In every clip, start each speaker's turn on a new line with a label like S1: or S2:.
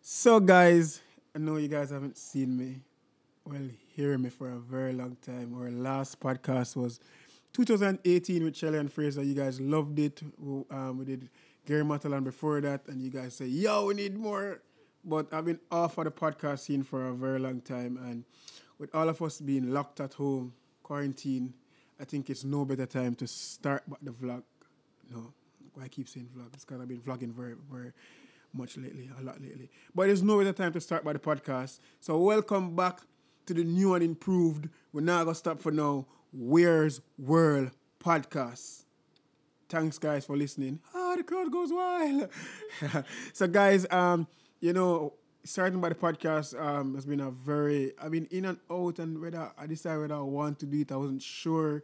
S1: So, guys, I know you guys haven't seen me, well, hearing me for a very long time. Our last podcast was 2018 with Shelly and Fraser. You guys loved it. We, um, we did Gary Matalan before that, and you guys say, yo, we need more. But I've been off of the podcast scene for a very long time, and with all of us being locked at home, quarantine, I think it's no better time to start back the vlog. No, why I keep saying vlog? It's because I've been vlogging very, very much lately, a lot lately. But there's no better time to start by the podcast. So welcome back to the new and improved. We're not gonna stop for now. Where's World Podcast? Thanks guys for listening. Ah, the crowd goes wild. so guys, um, you know, starting by the podcast um has been a very I've been in and out and whether I decided whether I want to do it, I wasn't sure.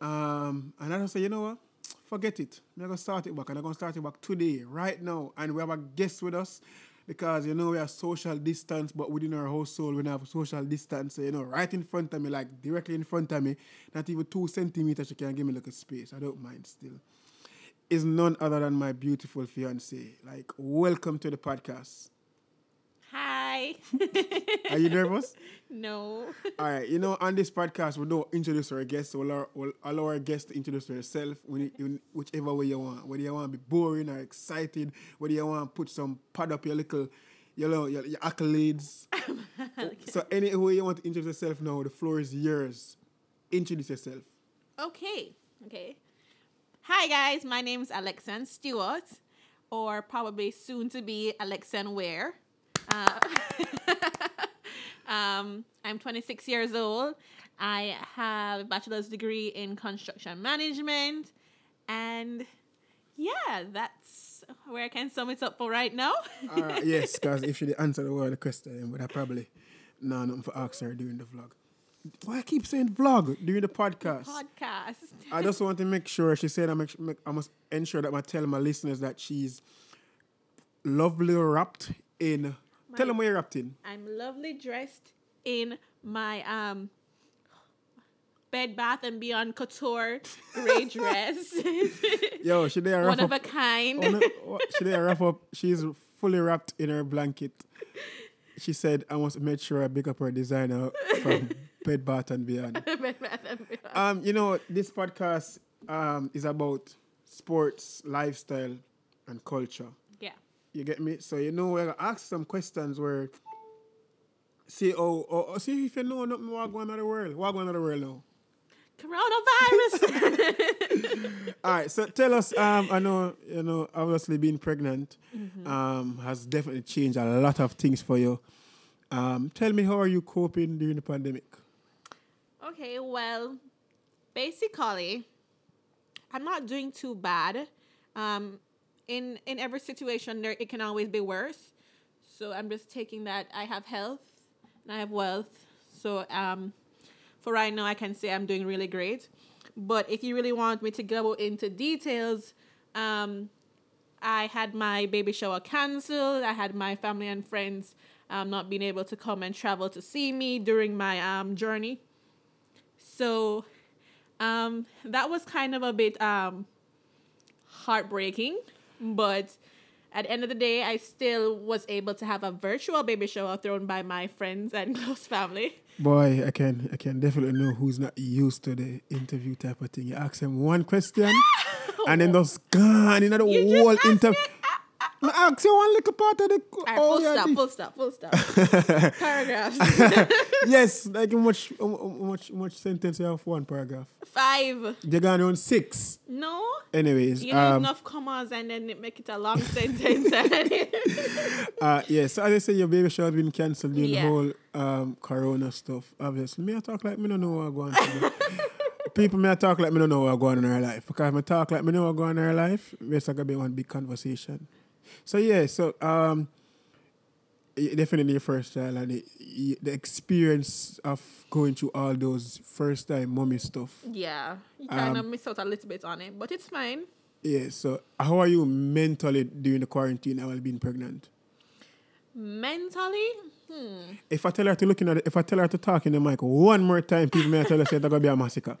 S1: Um, and I just say, you know what? Forget it. I'm gonna start it back, and I'm gonna start it back today, right now. And we have a guest with us because you know we are social distance, but within our household, we don't have social distance. So, you know, right in front of me, like directly in front of me, not even two centimeters. She can give me like a space. I don't mind still. Is none other than my beautiful fiance. Like, welcome to the podcast.
S2: Hi.
S1: Are you nervous?
S2: no.
S1: All right, you know, on this podcast, we don't introduce our guests. We'll allow, we'll allow our guests to introduce themselves when, in whichever way you want. Whether you want to be boring or excited, whether you want to put some pad up your little, your, little, your, your accolades. So, any way you want to introduce yourself now, the floor is yours. Introduce yourself.
S2: Okay. Okay. Hi guys, my name is Alexan Stewart, or probably soon to be Alexan Ware. Uh, um, I'm 26 years old. I have a bachelor's degree in construction management, and yeah, that's where I can sum it up for right now.
S1: All right, yes, because if she did answer the word the question, but I probably, no, nothing for ask her during the vlog. Why I keep saying vlog during the podcast?
S2: Podcast.
S1: I just want to make sure she said I make, make I must ensure that I tell my listeners that she's lovely wrapped in. tell them where you're wrapped in.
S2: I'm lovely dressed in my um Bed Bath and Beyond couture gray dress,
S1: Yo, she did a wrap
S2: one of a
S1: up.
S2: kind.
S1: Oh, no, what? she did a wrap up. She's fully wrapped in her blanket. She said I must make sure I pick up her designer from Bed Bath and Beyond.
S2: Bed Bath and Beyond.
S1: Um, you know, this podcast um is about sports, lifestyle, and culture.
S2: Yeah,
S1: You get me? So you know we're gonna ask some questions where see oh, oh, oh see if you know nothing what going on in the world. What going on in the world now?
S2: coronavirus.
S1: Alright, so tell us, um, I know, you know, obviously being pregnant um has definitely changed a lot of things for you. Um, tell me how are you coping during the pandemic?
S2: okay, well, basically, I'm not doing too bad. Um, in in every situation, there it can always be worse. So I'm just taking that. I have health and I have wealth. So um, for right now, I can say I'm doing really great. But if you really want me to go into details, um, I had my baby shower canceled. I had my family and friends um, not being able to come and travel to see me during my um, journey. So um, that was kind of a bit um, heartbreaking, but at the end of the day, I still was able to have a virtual baby shower thrown by my friends and close family.
S1: Boy, I can I can definitely know who's not used to the interview type of thing. You ask them one question and then those gone, you know the
S2: You just
S1: whole
S2: asked
S1: interview.
S2: me- I-
S1: I ask you one little part of the
S2: All right,
S1: oh,
S2: full
S1: yeah,
S2: stop,
S1: the-
S2: full stop, full stop. Paragraphs.
S1: yes, like how much, how much, how much sentence you have for one paragraph.
S2: Five.
S1: They're going on six.
S2: No.
S1: Anyways,
S2: You use
S1: um,
S2: enough commas and then it make it a long sentence. and-
S1: uh, yeah. So as I say, your baby shower has been cancelled during
S2: Yeah.
S1: the whole um Corona stuff. Obviously, me I talk like me don't know what going on. People may talk like me don't know what going on in her life because if I talk like me know what going on in her life, it's like a be one big conversation. So yeah, so um, y- definitely your first child and the, y- the experience of going through all those first time mommy stuff.
S2: yeah. You kind of miss out a little bit on it, but it's fine.
S1: Yeah, so how are you mentally during the quarantine and while being pregnant?
S2: Mentally, hmm.
S1: If I tell her to look in at, if I tell her to talk in the mic one more time, people may tell her say there's gonna be a massacre.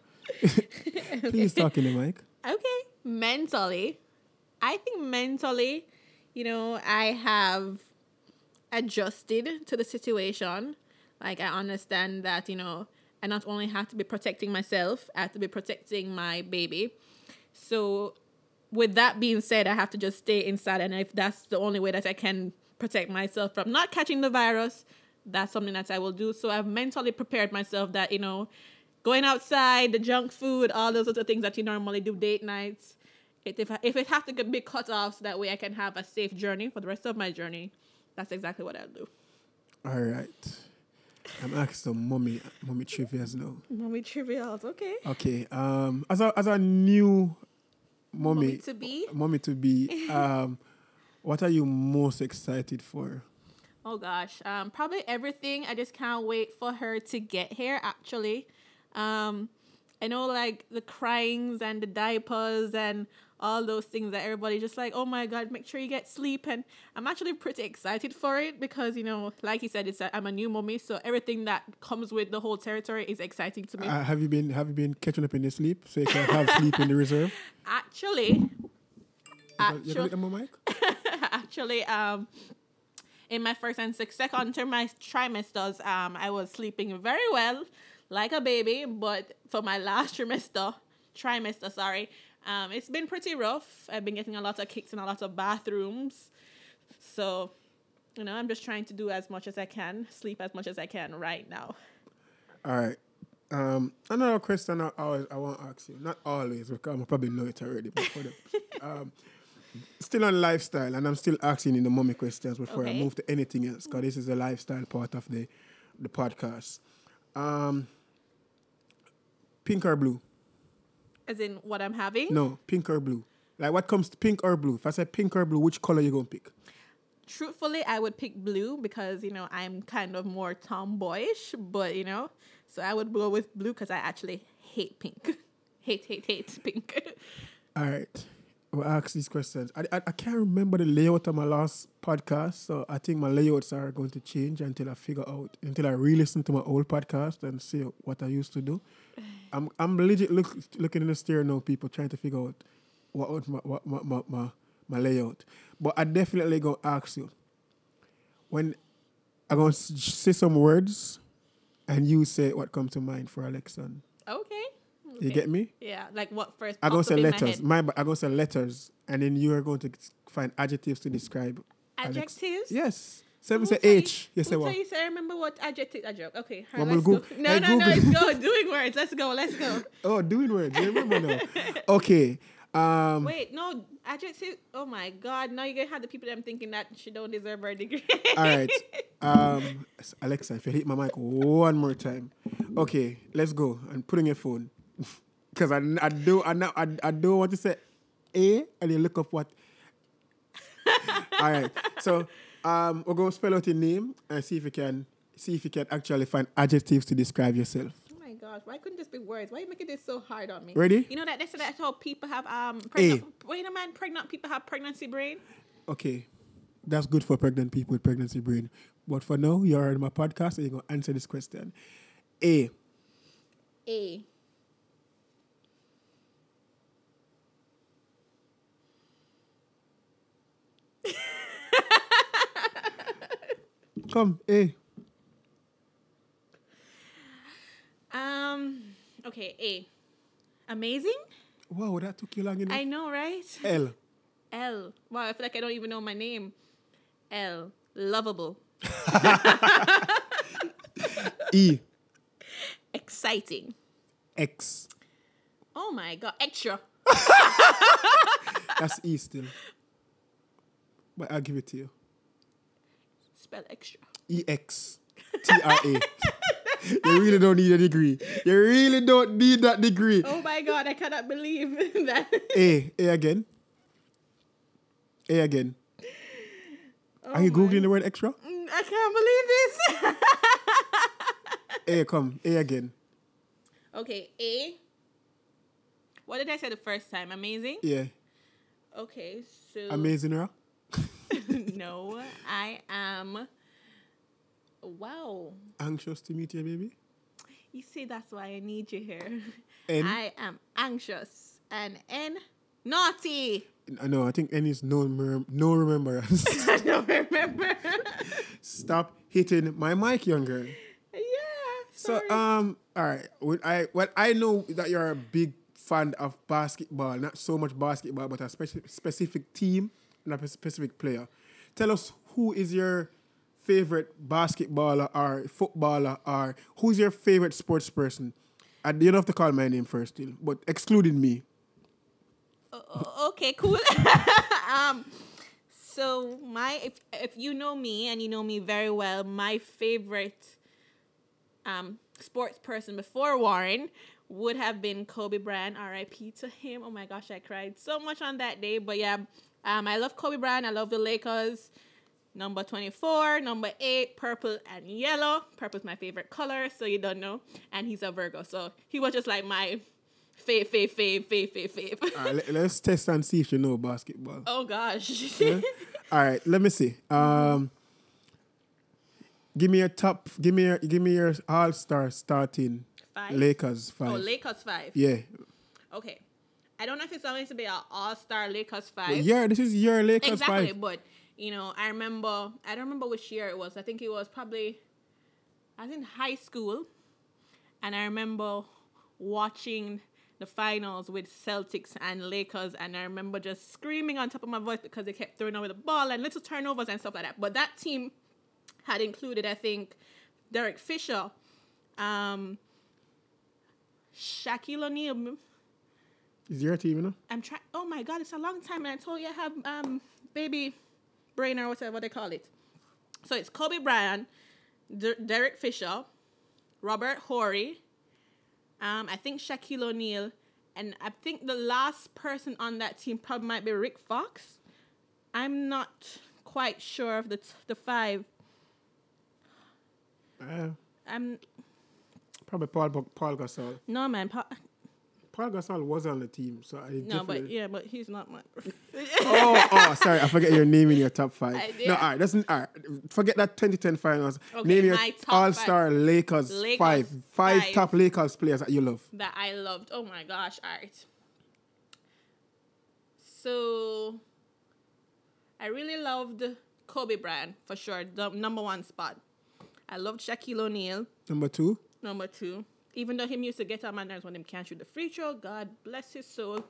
S1: Please talk in the mic.
S2: Okay. Mentally, I think mentally, you know, I have adjusted to the situation. Like I understand that, you know, I not only have to be protecting myself, I have to be protecting my baby. So with that being said, I have to just stay inside and if that's the only way that I can protect myself from not catching the virus, that's something that I will do. So I've mentally prepared myself that, you know, going outside, the junk food, all those other things that you normally do, date nights. It, if, I, if it has to be cut off so that way I can have a safe journey for the rest of my journey, that's exactly what I'll do.
S1: All right. I'm asking some mummy mummy trivias now.
S2: Mommy trivials, okay.
S1: Okay. Um as a as a new mummy
S2: Mommy to be?
S1: mummy to be, um what are you most excited for?
S2: Oh gosh, um, probably everything. I just can't wait for her to get here. Actually, um, I know like the cryings and the diapers and all those things that everybody just like. Oh my god, make sure you get sleep. And I'm actually pretty excited for it because you know, like he said, it's a, I'm a new mommy, so everything that comes with the whole territory is exciting to me.
S1: Uh, have you been have you been catching up in your sleep so you can have sleep in the reserve?
S2: actually,
S1: You got- you
S2: actually,
S1: got it, Emma Mike?
S2: actually, um, in my first and sec- second termi- trimesters, um, I was sleeping very well, like a baby. But for my last trimester, trimester, sorry, um, it's been pretty rough. I've been getting a lot of kicks in a lot of bathrooms, so you know, I'm just trying to do as much as I can, sleep as much as I can right now.
S1: All right. Um, another question I always I want to ask you. Not always because I probably know it already. But for the, um, still on lifestyle, and I'm still asking you the mommy questions before I
S2: Okay.
S1: move to anything else because this is the lifestyle part of the the podcast. Um, pink or blue?
S2: As in what I'm having.
S1: No, pink or blue. Like what comes to pink or blue? If I say pink or blue, which color you gonna pick?
S2: truthfully, I would pick blue because you know I'm kind of more tomboyish, but you know, so I would go with blue because I actually hate pink, hate hate hate pink.
S1: All right. We'll ask these questions. I, I, I can't remember the layout of my last podcast, so I think my layouts are going to change until I figure out, until I re listen to my old podcast and see what I used to do. I'm, I'm legit look, looking in the stereo now, people, trying to figure out what, what, my, what my, my, my, my layout. But I definitely going to ask you when I'm going to say some words and you say what comes to mind for Alexan.
S2: okay.
S1: You
S2: Okay.
S1: get me?
S2: Yeah, like what first?
S1: I gonna
S2: popped up
S1: say
S2: in my
S1: letters.
S2: head?
S1: My, bad, I gonna say letters, and then you are going to find adjectives to describe. Alex.
S2: Adjectives.
S1: Yes. Seven
S2: Who
S1: say
S2: tell you-
S1: H. Yes, say
S2: who
S1: what?
S2: tell you say I remember what adjective I joke. Okay, all
S1: Well,
S2: right,
S1: we'll
S2: let's
S1: Goog-
S2: go. No,
S1: hey,
S2: no, no, let's
S1: Google.
S2: go. Doing words. Let's go. Let's go.
S1: Oh, doing words. You remember now? Okay. Um,
S2: Wait, no adjective. Oh my God! Now you're gonna have the people that I'm thinking that she don't deserve her degree.
S1: All right. Um, s- Alexa, if you hit my mic one more time, okay, let's go. And put on your phone, because I, I do I, now I, I do want to say A, and you look up what. All right. So um, we're gonna spell out your name and see if you can see if you can actually find adjectives to describe yourself.
S2: Oh my gosh, why couldn't this be words? Why are you making this so hard on me?
S1: Ready?
S2: You know that they said that's how people have um pregnant wait a man, pregnant people have pregnancy brain.
S1: Okay, that's good for pregnant people with pregnancy brain. But for now, you're on my podcast, and you're gonna answer this question. A.
S2: A.
S1: Come A.
S2: Um okay, A. Amazing?
S1: Wow, that took you long enough.
S2: I know, right?
S1: L.
S2: L. Wow, I feel like I don't even know my name. L. Lovable.
S1: E
S2: Exciting.
S1: X.
S2: Oh my god. Extra.
S1: That's E still. But I'll give it to you.
S2: Spell extra.
S1: E X T R A. You really don't need a degree. You really don't need that degree.
S2: Oh my god, I cannot believe that. Mm,
S1: A. A again. A again. Are you
S2: my.
S1: googling the word extra?
S2: Mm, I can't believe this.
S1: A come. A again.
S2: Okay, A. What did I say the first time? Amazing?
S1: Yeah.
S2: Okay, so.
S1: Amazing, right?
S2: no, I am. Wow.
S1: Anxious to meet you, baby.
S2: You see, that's why I need you here.
S1: N.
S2: I am anxious and N. Naughty.
S1: No, I think N is no, remem- no remembrance.
S2: I don't remember.
S1: stop hitting my mic, young girl.
S2: Yeah.
S1: So
S2: Sorry.
S1: um, all right. When I when I know that you're a big fan of basketball, not so much basketball, but a speci- specific team and a specific player. Tell us who is your favorite basketballer or footballer or who's your favorite sports person. And you don't have to call my name first, still, but excluding me.
S2: O- Oh, okay, cool. um, so my if if you know me and you know me very well, my favorite um sports person before Warren would have been Kobe Bryant. R.I.P. to him. Oh my gosh, I cried so much on that day. But yeah, um, I love Kobe Bryant. I love the Lakers. Number 24, number 8, purple and yellow. Purple's my favorite color, so you don't know. And he's a Virgo, so he was just like my fave, fave, fave, fave, fave, fave.
S1: All right, let, Uh, let's test and see if you know basketball.
S2: Oh gosh.
S1: Yeah? All right, let me see. Um, give me your top. Give me your. Give me your All Star starting.
S2: five.
S1: Lakers five.
S2: Oh, Lakers five.
S1: yeah,
S2: Okay. I don't know if it's always to be an all star Lakers
S1: But
S2: five.
S1: yeah. This is your Lakers
S2: exactly.
S1: five.
S2: But you know, I remember I don't remember which year it was. I think it was probably I was in high school and I remember watching the finals with Celtics and Lakers and I remember just screaming on top of my voice because they kept throwing away the ball and little turnovers and stuff like that. But that team had included I think Derek Fisher, um Shaquille O'Neal,
S1: Is your team, you know?
S2: I'm trying. Oh my god, it's a long time, and I told you I have um baby brain or whatever they call it. So it's Kobe Bryant, Der- Derek Fisher, Robert Horry, um, I think Shaquille O'Neal, and I think the last person on that team probably might be Rick Fox. I'm not quite sure of the t- the five.
S1: Uh,
S2: I'm
S1: probably Paul Bo- Paul Gasol.
S2: no man. Pa-
S1: Paul Gasol was on the team, so I
S2: no, but
S1: definitely-
S2: yeah, but he's not my.
S1: Oh, oh, sorry, I forget your name in your top five.
S2: I did.
S1: No, all right, that's all right. Forget that 2010 finals.
S2: Okay,
S1: name your
S2: my top five.
S1: All Star Lakers,
S2: Lakers
S1: five, five,
S2: five.
S1: top Lakers players that you love.
S2: that I loved. Oh my gosh, art. So I really loved Kobe Bryant for sure, the number one spot. I loved Shaquille O'Neal,
S1: Number two,
S2: number two. Even though him used to get on my nerves when him can't shoot the free throw, God bless his soul.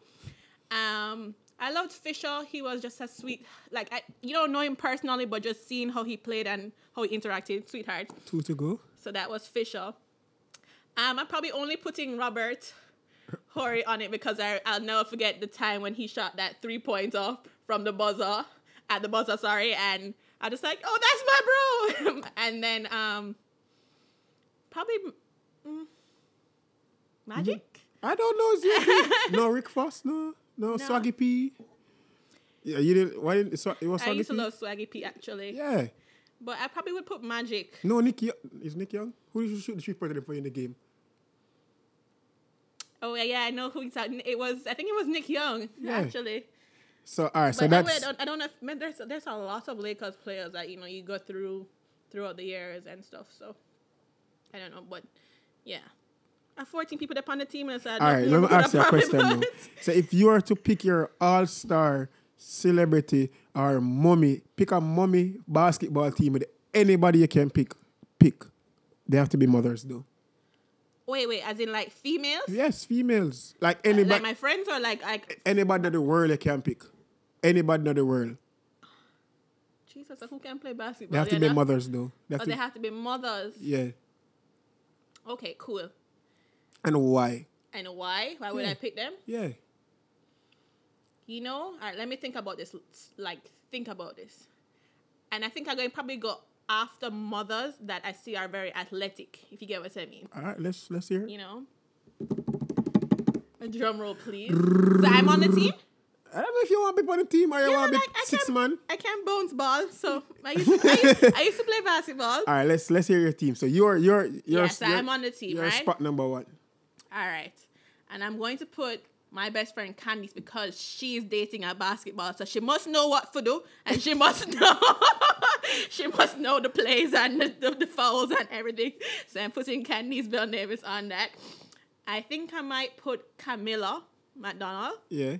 S2: Um, I loved Fisher. He was just a sweet, like I, you don't know him personally, but just seeing how he played and how he interacted, sweetheart.
S1: two to go.
S2: So that was Fisher. Um, I'm probably only putting Robert Horry on it because I, I'll never forget the time when he shot that three pointer from the buzzer, at the buzzer, sorry. And I just like, oh, that's my bro. and then um, probably
S1: Mm-hmm.
S2: mm, Magic?
S1: I don't know. It's your no, Rick Foss, no, no, Swaggy P. Yeah, you didn't. Why didn't Swa- it was Swaggy
S2: I used to
S1: P?
S2: love Swaggy P actually.
S1: Yeah.
S2: But I probably would put Magic.
S1: No, Nick Yo- is Nick Young. Who did you shoot the three pointer for you in the game?
S2: Oh, yeah, yeah, I know who he's talking. It was, I think it was Nick Young
S1: Yeah.
S2: actually.
S1: So all right, so
S2: But that way, I
S1: that's
S2: don't, I don't know. If, man, there's there's a lot of Lakers players that you know you go through throughout the years and stuff. So I don't know, but yeah, I have 14 people upon the team, and so I
S1: all right. Let me ask you a question. Now.
S2: But,
S1: So if you were to pick your all star celebrity or mommy, pick a mommy basketball team with anybody you can pick. Pick. They have to be mothers though.
S2: wait, wait, as in like females,
S1: Yes, females. Like
S2: like
S1: anybody,
S2: my friends, or like like
S1: anybody in the world you can pick. Anybody in the world.
S2: Jesus, who can play
S1: They
S2: basketball?
S1: have to
S2: you
S1: be
S2: know?
S1: mothers though. They have
S2: Or
S1: to-
S2: Oh, they have to be mothers.
S1: yeah.
S2: Okay, cool.
S1: And why?
S2: And why? Why would
S1: Yeah.
S2: I pick them?
S1: Yeah.
S2: you know, all right, let me think about this. Let's, Like, think about this. And I think I'm going to probably go after mothers that I see are very athletic, if you get what I mean.
S1: All right. Let's let's hear. It.
S2: You know? A drum roll, please. So I'm on the team.
S1: I don't know if you want people on the team or you
S2: You know,
S1: want
S2: like,
S1: big
S2: I
S1: six
S2: can,
S1: man.
S2: I can bounce ball, so I used, to, I, used, I used to play basketball.
S1: All right, let's let's hear your team. So you're you're you're
S2: Yes, I'm on the team,
S1: You're
S2: right?
S1: spot number one.
S2: All right. And I'm going to put my best friend Candice because she's dating a basketball, so she must know what to do and she must know she must know the plays and the, the, the fouls and everything. So I'm putting Candice Bill Davis on that. I think I might put Camilla McDonald
S1: Yeah.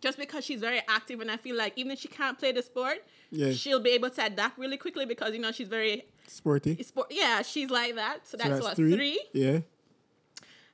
S2: just because she's very active, and I feel like even if she can't play the sport,
S1: Yes.
S2: she'll be able to adapt really quickly because you know she's very
S1: Sporty.
S2: sport. Yeah, she's like that. So
S1: So
S2: that's, what three.
S1: Yeah.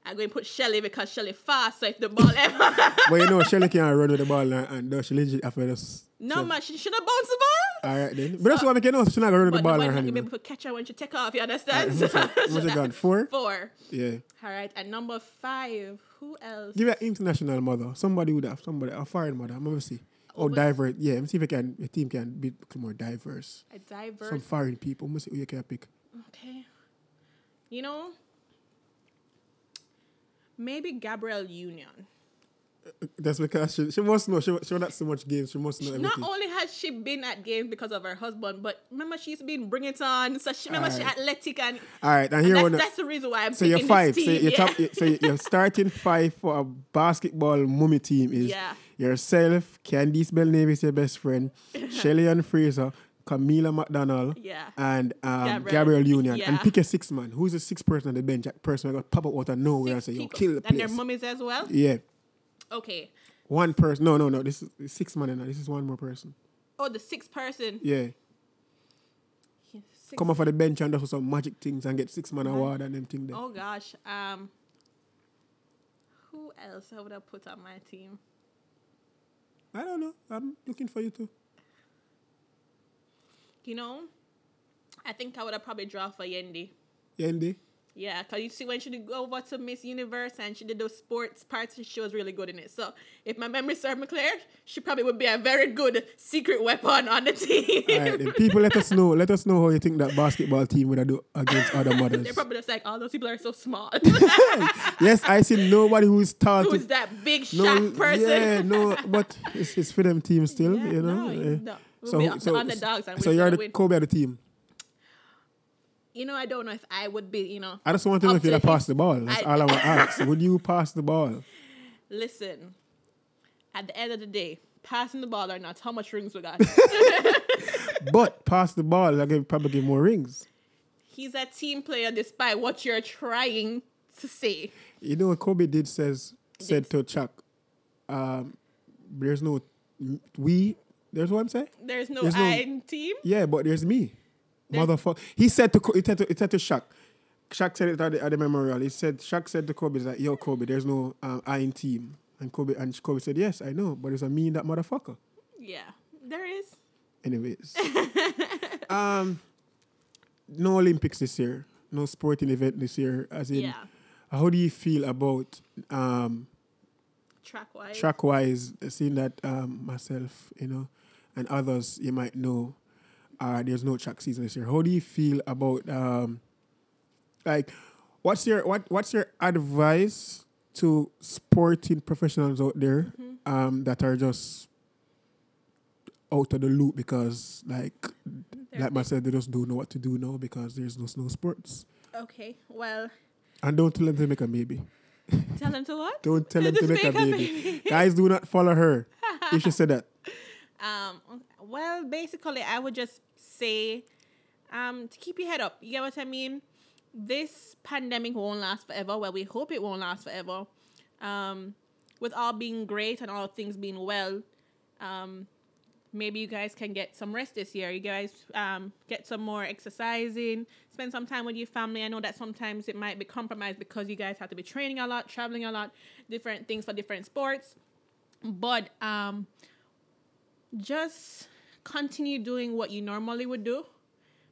S2: I'm going to put Shelly because Shelly fast. So if the ball ever
S1: But you know, Shelly can't run with the ball and, and does she legit after this.
S2: no
S1: so,
S2: man, she should have bounced the ball.
S1: All right then. But that's what I'm know. She's not gonna run with the
S2: But
S1: Uh, ball
S2: the
S1: in
S2: boy
S1: her hand.
S2: not going
S1: you
S2: to
S1: know.
S2: be able to catch her when she take
S1: Uh,
S2: off. You understand?
S1: Who's your- who's your gun? Four?
S2: Four.
S1: Yeah.
S2: All right, and number five. Who else?
S1: Give her an international mother. Somebody would have somebody a foreign mother. I'm gonna see. Or
S2: but-
S1: diverse. Yeah, let me see if I can the team can be more diverse.
S2: A
S1: Some
S2: diverse.
S1: foreign people. I'm gonna see who you can pick.
S2: Okay. You know, maybe Gabrielle Union.
S1: That's because she, she must know. She, she not so much games. She must know
S2: Not
S1: everything.
S2: only has she been at games because of her husband, but remember she's been bring it on. So she remember she
S1: Alright.
S2: athletic and,
S1: All right, and
S2: and
S1: here
S2: that's,
S1: one.
S2: that's the reason why I'm
S1: So
S2: picking
S1: your five,
S2: this
S1: so
S2: team.
S1: your
S2: yeah.
S1: top, so your starting five for a basketball mummy team is
S2: Yeah.
S1: yourself, Candice Belnave is your best friend, Shelly and Fraser, Camila McDonald,
S2: Yeah.
S1: and um,
S2: Gabrielle.
S1: Gabriel Union. And
S2: Yeah.
S1: pick a six man. Who's the sixth person on the bench? That person that got pop up out of nowhere and
S2: Six
S1: say, "Yo,
S2: people.
S1: kill the
S2: and their
S1: place."
S2: mummies as well.
S1: yeah,
S2: Okay.
S1: one person. No, no, no. This is it's six man, and this is one more person.
S2: Oh, the sixth person.
S1: Yeah,
S2: Yeah, six-
S1: come off of the bench and do some magic things and get six man award and them thing there.
S2: Oh gosh. Um. Who else I would have put on my team?
S1: I don't know. I'm looking for you too.
S2: You know, I think I would have probably drawn for Yendi.
S1: Yeah, Andy.
S2: Yeah, because you see, when she did go over to Miss Universe and she did those sports parts, she was really good in it. So, if my memory serves me clear, she probably would be a very good secret weapon on the team.
S1: All right, then. People, let us know. Let us know how you think that basketball team would have do against other
S2: They're
S1: mothers.
S2: probably just like, all those people are so small.
S1: yes, I see nobody who's tall. to-
S2: Who's that big
S1: no,
S2: shot person?
S1: yeah, no, but it's, it's for them team still,
S2: Yeah,
S1: you know.
S2: no,
S1: eh.
S2: no. We'll be the underdogs and
S1: so
S2: we're
S1: you're
S2: gonna
S1: the
S2: win.
S1: Kobe of the team.
S2: You know, I don't know if I would be, you know.
S1: I just want to know
S2: Up
S1: if you'd
S2: to
S1: have passed the ball. That's
S2: I-
S1: all I want to ask. Would you pass the ball?
S2: Listen, at the end of the day, passing the ball or not, how much rings we got?
S1: But pass the ball, I give probably give more rings.
S2: He's a team player despite what you're trying to say.
S1: You know what Kobe did says said to Chuck, um, there's no we. There's what I'm saying.
S2: There's no
S1: There's no-
S2: I in team.
S1: Yeah, but there's me. Motherfucker. He said to Co- he said to, he said to Shaq. Shaq said it at the, at the memorial. He said Shaq said to Kobe, he's like, yo, Kobe, there's no um, I in team. And Kobe and Kobe said, Yes, I know, but it's a me in that motherfucker.
S2: Yeah, there is.
S1: Anyways. um no Olympics this year. No sporting event this year. As in
S2: Yeah.
S1: how do you feel about um
S2: Track wise.
S1: track wise, seeing that um, myself, you know, and others you might know, uh, there's no track season this year. How do you feel about um, like what's your what what's your advice to sporting professionals out there
S2: Mm-hmm.
S1: um, that are just out of the loop because like like myself they just don't know what to do now because there's no snow sports
S2: Okay, well,
S1: and don't tell them to make a baby.
S2: tell them to what?
S1: Don't tell them to
S2: Just
S1: make a
S2: make a
S1: baby. Guys, do not follow her. If she said that.
S2: Um, well, basically, I would just say um, to keep your head up. You get what I mean? This pandemic won't last forever. Well, we hope it won't last forever. Um, with all being great and all things being well, um, maybe you guys can get some rest this year. You guys um, get some more exercising, spend some time with your family. I know that sometimes it might be compromised because you guys have to be training a lot, traveling a lot, different things for different sports. But um, just continue doing what you normally would do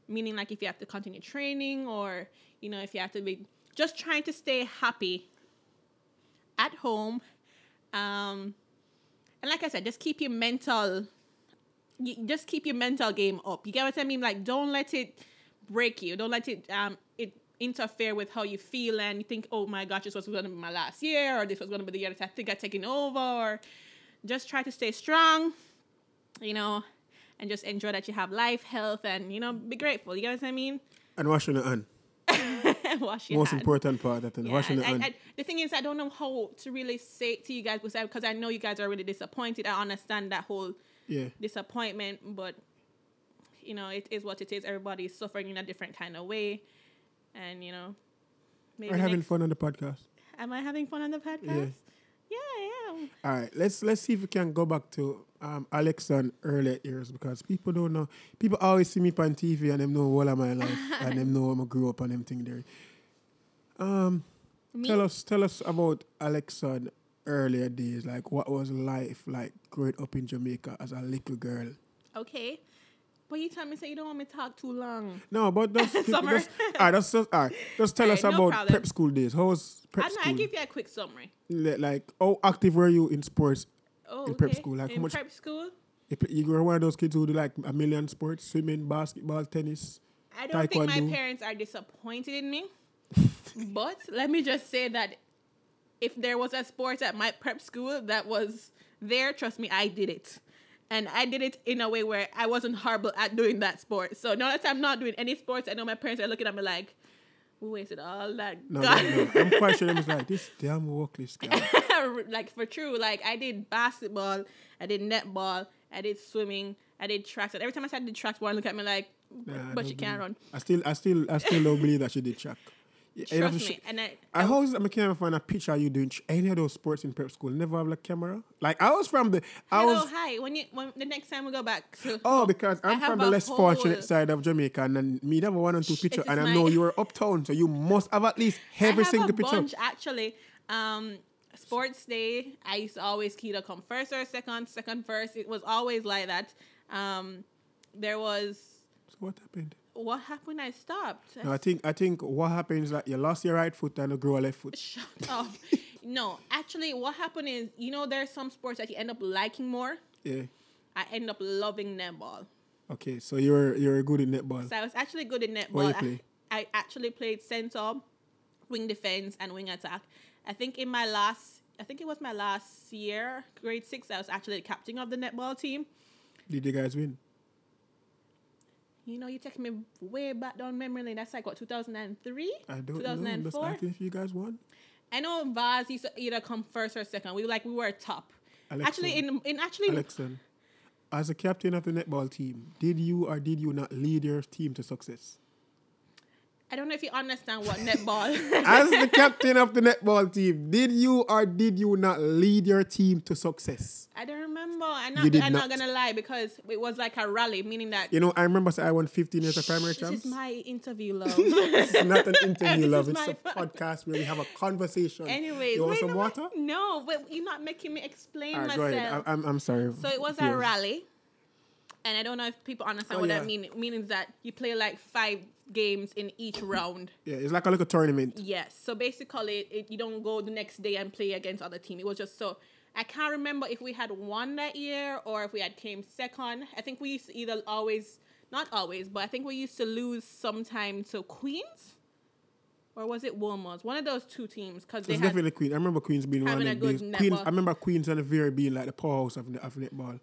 S2: meaning like if you have to continue training or you know if you have to be just trying to stay happy at home um and like i said just keep your mental you, just keep your mental game up you get what i mean like don't let it break you don't let it um it interfere with how you feel and you think oh my gosh this was going to be my last year or this was going to be the year that i think i taken over or just try to stay strong you know, and just enjoy that you have life, health, and you know, be grateful. You get what I mean?
S1: And washing the hand.
S2: Wash your
S1: Most
S2: hands.
S1: important part, I think.
S2: Yeah,
S1: washing
S2: and-
S1: the hand.
S2: and- and the thing is, I don't know how to really say it to you guys because I, because I know you guys are really disappointed. I understand that whole
S1: yeah.
S2: disappointment, but you know, it is what it is. Everybody is suffering in a different kind of way, and you know, maybe
S1: We're having
S2: next-
S1: fun on the podcast.
S2: am I having fun on the podcast? Yeah, yeah.
S1: All right, let's let's see if we can go back to um, Alex and earlier years because people don't know. People always see me on TV and them know all of my life and them know how I grew up and them thing there. Um,
S3: Me?
S1: tell us tell us about Alex and earlier days. Like what was life like growing up in Jamaica as a little girl?
S2: Okay. But you tell me say you don't want me to talk too long.
S1: No, but just just-
S2: Summer.
S1: just- all right, just, just, all right, just tell
S2: All
S1: us
S2: right, no
S1: about
S2: problem.
S1: prep school days. How was prep
S2: I know, I
S1: school?
S2: give you a quick summary.
S1: Li- Like how active were you in sports?
S2: Oh,
S1: In prep
S2: okay.
S1: school, like, how
S2: in
S1: much-
S2: prep school,
S1: You pl- You were one of those kids who do like a million sports, swimming, basketball, tennis.
S2: I don't think my
S1: Taekwondo.
S2: parents are disappointed in me. but let me just say that if there was a sport at my prep school that was there, trust me, I did it. And I did it in a way where I wasn't horrible at doing that sport. So now that I'm not doing any sports, I know my parents are looking at me like, we wasted all that.
S1: No, no,
S2: God-
S1: no. I'm quite sure them was like, this damn workless guy.
S2: like for true, like I did basketball, I did netball, I did swimming, I did track. And every time I said I did track, one look at me like, but,
S1: Nah, I
S2: but
S1: don't
S2: you can't
S1: believe-
S2: run.
S1: I still, I still, I still don't believe that she did track. Yeah, you have
S2: Trust me.
S1: to sh-
S2: and I,
S1: I always, I can't even find a picture of you doing tr- any of those sports in prep school. Never have a camera. Like I was from the, I
S2: Hello,
S1: was.
S2: oh, hi. When you when the next time we go back to
S1: Oh, because I'm
S2: have
S1: from the
S2: a
S1: less
S2: whole-
S1: fortunate side of Jamaica, and then me never one and two picture,
S2: is
S1: and I
S2: my-
S1: know you were uptown, so you must have at least every
S2: I have
S1: single
S2: a
S1: picture.
S2: bunch actually. Um, sports day. I used to always key to come first or second, second first. It was always like that. Um, there was
S1: So what happened?
S2: what happened. I stopped.
S1: No, I think, I think what happened is that you lost your right foot and you grew a left foot.
S2: Shut up. No, actually, what happened is you know there's some sports that you end up liking more.
S1: Yeah.
S2: I end up loving netball.
S1: Okay, so you're you're good in netball.
S2: So I was actually good in netball.
S1: What you
S2: I-
S1: play?
S2: I, actually played center, wing defense, and wing attack. I think in my last, I think it was my last year, grade six, I was actually the captain of the netball team.
S1: Did you guys win?
S2: You know, you take me way back down memory lane. That's like what 2003,
S1: I don't know. Just
S2: 2004.
S1: asking if you guys won.
S2: I know Vaz used to either come first or second. We like we were top.
S1: Alexa.
S2: Actually, in in actually,
S1: Alexon, as a captain of the netball team, did you or did you not lead your team to success?
S2: I don't know if you understand what netball.
S1: As the captain of the netball team, did you or did you not lead your team to success?
S2: I don't remember. I'm not,
S1: You did
S2: I'm not.
S1: not.
S2: gonna lie because it was like a rally, meaning that
S1: You know, I remember say I won 15 years of primary
S2: this
S1: champs.
S2: is my interview, love.
S1: This is not an interview,
S2: This
S1: love.
S2: is
S1: It's
S2: my
S1: a podcast where we have a conversation.
S2: Anyways,
S1: you want
S2: wait,
S1: some
S2: no,
S1: water?
S2: wait, No, but you're not making me explain
S1: All right, go
S2: myself.
S1: ahead. I, I'm, I'm sorry.
S2: so it was
S1: Yeah.
S2: a rally, and I don't know if people understand
S1: Oh,
S2: what
S1: yeah.
S2: that mean. It means that you play like five games in each round.
S1: Yeah, it's like a little tournament.
S2: Yes. So basically, it, you don't go the next day and play against other team. It was just so. I can't remember if we had won that year or if we had came second. I think we used to either always, not always, but I think we used to lose sometime to Queens, or was it Wilmots? One of those two teams because they
S1: It's
S2: had
S1: definitely Queens. I remember Queens being one of
S2: having
S1: the
S2: a good
S1: days. Queens,
S2: netball.
S1: I remember Queens and the Vera being like the powerhouse of, net- of netball.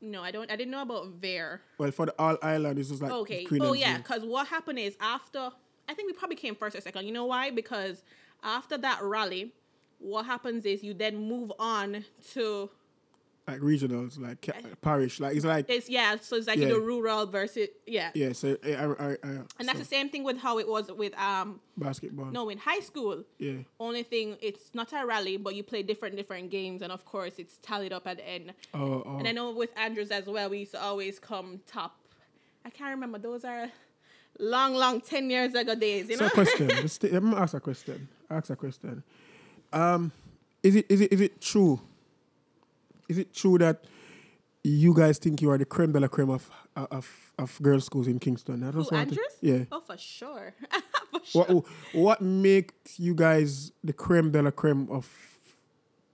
S2: no. I don't. I didn't know about Vare.
S1: Well, for the All Ireland, this was like
S2: Okay.
S1: Queen
S2: oh
S1: and
S2: yeah,
S1: Jane.
S2: because what happened is after I think we probably came first or second. You know why? Because after that rally, what happens is you then move on to
S1: like regionals, like ca- parish, like it's like
S2: It's yeah, so it's like
S1: Yeah.
S2: you know rural versus yeah.
S1: yeah. So I, I, I, I
S2: And that's
S1: so
S2: the same thing with how it was with um
S1: basketball.
S2: no in high school.
S1: Yeah.
S2: Only thing it's not a rally, but you play different different games and of course it's tallied up at the end.
S1: Oh, oh.
S2: And I know with Andrews as well, we used to always come top. I can't remember, those are long, long ten years ago days, you
S1: so
S2: know?
S1: a question. Just st- let me ask a question. Ask a question. Um, is it is it is it true? Is it true that you guys think you are the creme de la creme of of of girls' schools in Kingston? I just
S2: Who,
S1: want to-
S2: Andrews?
S1: yeah. oh,
S2: Oh for sure. for sure.
S1: What what makes you guys the creme de la creme of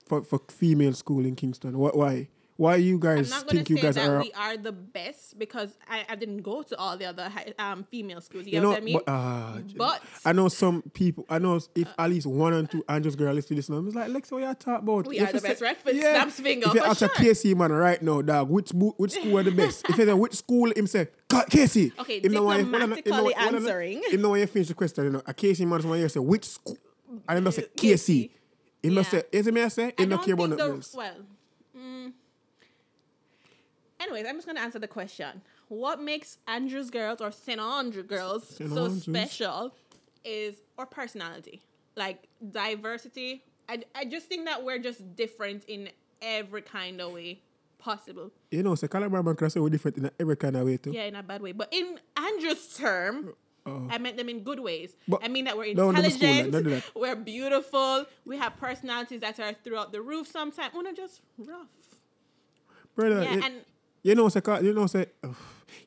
S1: for, for female school in Kingston? What why why you
S2: I'm
S1: guys
S2: not gonna
S1: think you
S2: say
S1: guys
S2: that
S1: are
S2: we are the best because I, I didn't go to all the other hi- um, female schools. You,
S1: you know?
S2: know, what I mean?
S1: But, ah, j-
S2: But-
S1: I know some people. I know if at least one and two Andrews girl listen to this now, it's like Lex, what you talk about?
S2: We
S1: If
S2: are
S1: you
S2: the best, right? For snaps finger,
S1: If you
S2: for
S1: ask a
S2: sure.
S1: Casey man right now, dog, which bo- which school are the best? if you say which school, him say "Ca- Casey.
S2: Okay,
S1: Him know why- well, I know- him know- well,
S2: diplomatically
S1: I know-
S2: answering.
S1: Him know when you finish the question, you know, a Casey man is one year say which school, and him just say Casey.
S2: Casey.
S1: He must
S2: Yeah.
S1: say, is it me I say? He
S2: I
S1: not
S2: don't
S1: care about
S2: think
S1: nothing
S2: the,
S1: else.
S2: well. mm. anyways, I'm just gonna answer the question. What makes Andrews girls or St. Andrew girls
S1: St.
S2: so
S1: Andrews.
S2: special is our personality, like diversity I, I just think that we're just different in every kind of way possible.
S1: You know, so Calabar and Cross were different in every kind of way too.
S2: Yeah, in a bad way. But in Andrew's term,
S1: Oh.
S2: I meant them in good ways.
S1: But-
S2: I mean that we're
S1: No, no, that's cool, like,
S2: intelligent,
S1: don't do that.
S2: we're beautiful, we have personalities that are throughout the roof sometimes. We're not just rough.
S1: Brother,
S2: Yeah,
S1: you,
S2: and
S1: you know, so, Cal- you know, so,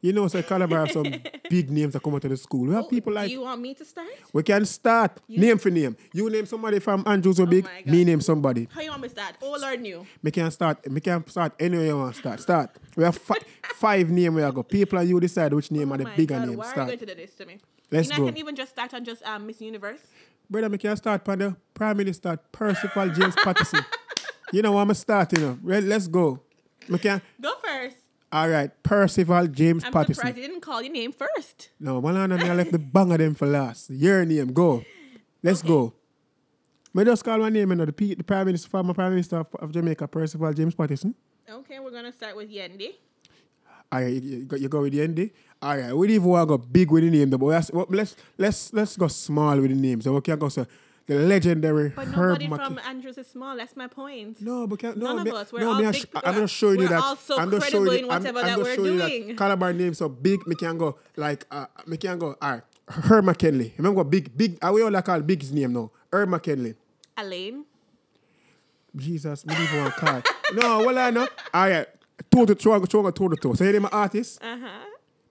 S1: you know, so Calabar have some big names that come out of the school. We have people like
S2: Oh, do you want me to start?
S1: we can start name for name. You name somebody from Andrews or big.
S2: Oh my God.
S1: Me name somebody.
S2: How you want me to start? Old or new?
S1: Me can start. Me can start anywhere you want to start. Start. We have fi- five name where I go. People and you decide which name are the
S2: Oh My
S1: bigger
S2: God,
S1: name.
S2: why are you
S1: Start.
S2: going to do this to me?
S1: Let's
S2: you know,
S1: go.
S2: I can even just start on just um, Miss Universe.
S1: Brother, me can start from the Prime Minister Percival James Patterson. You know what I'm starting you know. Well, let's go. Me can.
S2: Go first.
S1: All right, Percival James
S2: I'm
S1: Patterson.
S2: surprised you didn't call your name first.
S1: No, Malana me I left the bang of them for last. Your name, go. Let's go. Me just call my name, you know, the, P, the Prime Minister, former Prime Minister of, of Jamaica, Percival James Patterson.
S2: Okay, we're gonna start with Yendi.
S1: All right, you, you go, you go with the end. All right, we even want to go big with the name, though, but let's, well, let's, let's, let's go small with the name. So we can go so the legendary
S2: But
S1: Herb
S2: nobody
S1: Mac-
S2: from Andrews is small. That's my point.
S1: No, but can, no,
S2: None of
S1: me,
S2: us. We're
S1: no,
S2: all
S1: me I
S2: big
S1: sh-
S2: people.
S1: I'm gonna show you
S2: We're
S1: that.
S2: all so
S1: I'm gonna show you
S2: credible
S1: that-
S2: in whatever
S1: I'm, I'm
S2: that
S1: gonna
S2: we're
S1: show you that
S2: doing.
S1: Calabar name so big, me can go like uh, me can go. All right, Herb McKinley. Remember big, big. I we all call big's name now. Herb McKinley.
S2: Elaine.
S1: Jesus, me leave one card. No, well I know. All right, two to two, two to two to two. So you name an artist?
S2: Uh huh.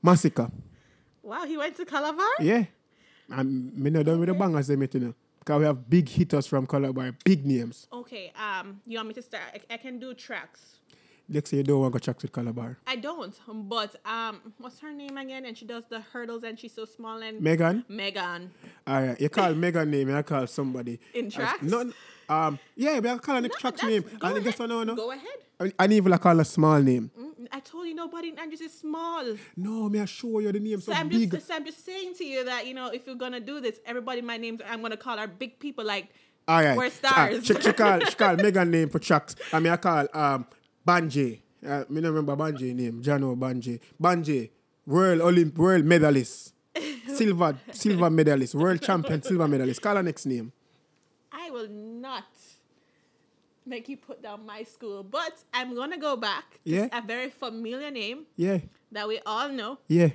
S1: Massacre.
S2: Wow, he went to Calabar.
S1: Yeah. And me not done with the bangers them, it, you know. Cause we have big hitters from Calabar, big names.
S2: Okay. Um, you want me to start? I, I can do tracks.
S1: Next say you don't want to go track with Calabar.
S2: I don't. But um, what's her name again? And she does the hurdles, and she's so small and
S1: Megan.
S2: Megan.
S1: All right, you call mega name, I call somebody.
S2: In
S1: As-
S2: tracks?
S1: No, um, yeah, but I call an extract
S2: that's-
S1: name.
S2: go
S1: And guess
S2: ahead.
S1: what? No, no.
S2: Go ahead.
S1: I, I even like call a small name.
S2: Mm, I told you nobody in Andrews is small.
S1: No, may I show you the name so,
S2: So I'm
S1: big?
S2: just, so I'm just saying to you that you know if you're gonna do this, everybody my names I'm gonna call our big people like
S1: All right.
S2: we're
S1: Ah,
S2: stars.
S1: She, she call she call mega name for tracks. I mean I call um Banji. Uh, me not remember Banji name. Jano Banji. Banji, world Olymp world medalist, silver silver medalist, world champion silver medalist. Call her next name.
S2: I will not make you put down my school, but I'm gonna go back to
S1: Yeah.
S2: a very familiar name
S1: Yeah,
S2: that we all know,
S1: yeah.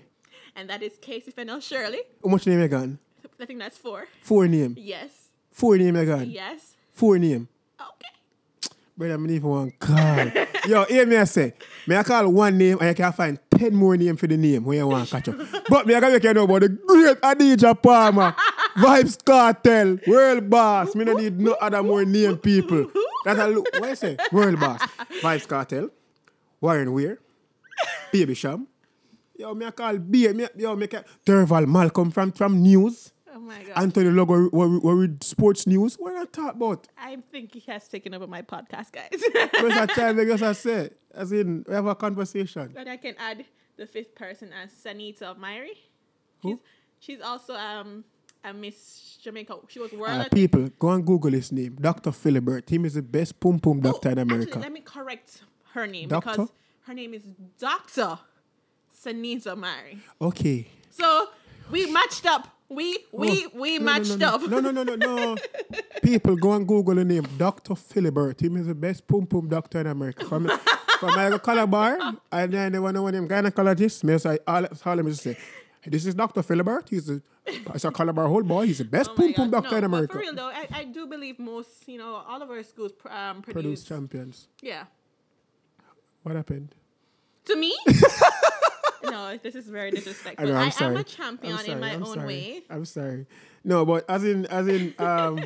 S2: and that is Casey Fennell Shirley.
S1: How much name Megan?
S2: I think that's four.
S1: Four name.
S2: Yes.
S1: Four name Megan.
S2: Yes.
S1: Four name.
S2: Okay.
S1: Brother, me need one call. Yo, hear me I say. Me I call one name and you can find ten more name for the name where you want to catch up. But me I can make you know about the great Adija Palmer, Vibes Cartel, World Boss. Me no need no other more name people. That I look, what you say? World Boss, Vibes Cartel, Warren Weir, Baby Sham. Yo, me I call B, me, yo, me can, Derval Malcolm from, from News,
S2: Oh my god.
S1: Anthony Logo, where read Sports News. What I talk about?
S2: I think he has taken over my podcast, guys.
S1: Because I try to just I say, as in, we have a conversation.
S2: and I can add the fifth person as Sanita Myri.
S1: Who?
S2: She's, she's also um a Miss Jamaica. She was world.
S1: Uh, people, go and Google his name. Dr. Philibert. Him is the best pum pum
S2: Oh,
S1: doctor in America.
S2: Actually, let me correct her name
S1: Doctor?
S2: because her name is Doctor Sanita Myri.
S1: okay.
S2: So we matched up. We we
S1: Oh,
S2: we
S1: no, no,
S2: matched
S1: no, no.
S2: up.
S1: No, no, no, no, no. people, go and Google the name. Dr. Philibert. Him is the best pum pum doctor in America. From, from I go Calabar, and then they want to know him gynecologist. Me say, all, all him is say, this is Dr. Philibert. He's a, he's a Calabar whole boy. He's the best
S2: Oh
S1: pum
S2: my
S1: pum
S2: God.
S1: doctor
S2: No,
S1: in
S2: but
S1: America.
S2: For real though, I, I do believe most, you know, all of our schools pr- um,
S1: Produce
S2: produce.
S1: champions.
S2: yeah.
S1: What happened?
S2: To me? no, this is very disrespectful. I,
S1: know, I'm sorry.
S2: am a champion in my own
S1: sorry.
S2: way.
S1: I'm sorry. No, but as in, as in, um,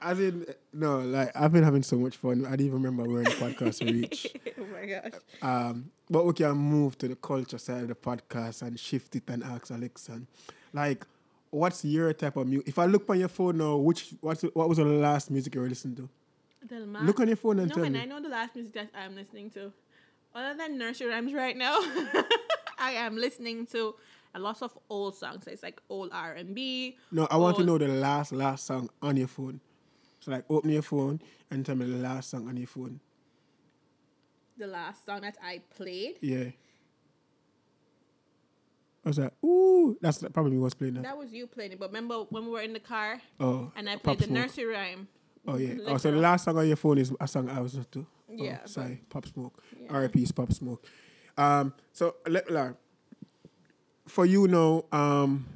S1: as in, no, like I've been having so much fun. I don't even remember where the podcast reached.
S2: oh my gosh.
S1: Um, but we can move to the culture side of the podcast and shift it and ask Alexan, like, what's your type of music? If I look on your phone now, which what's, what was the last music you were listening to?
S2: Delma.
S1: Look on your phone and
S2: Ah, no,
S1: tell
S2: and
S1: me.
S2: I know the last music that I'm listening to. Other than nursery rhymes right now, I am listening to a lot of old songs. It's like old R and B.
S1: No, I
S2: Oh.
S1: want to know the last last song on your phone. So like, open your phone and tell me the last song on your phone.
S2: The last song that I played.
S1: Yeah. I was like, ooh, that's the- probably me was playing that.
S2: That was you playing it, but remember when we were in the car
S1: Oh,
S2: and I
S1: Pop
S2: played the
S1: Smoke.
S2: nursery rhyme.
S1: Oh yeah.
S2: Look
S1: Oh, so
S2: it
S1: the
S2: up.
S1: last song on your phone is a song I was listening to. Oh,
S2: uh, Yeah, but-
S1: sorry, Pop Smoke.
S2: Yeah.
S1: R.I.P. is Pop Smoke. Um. So let Lar, for you now, um,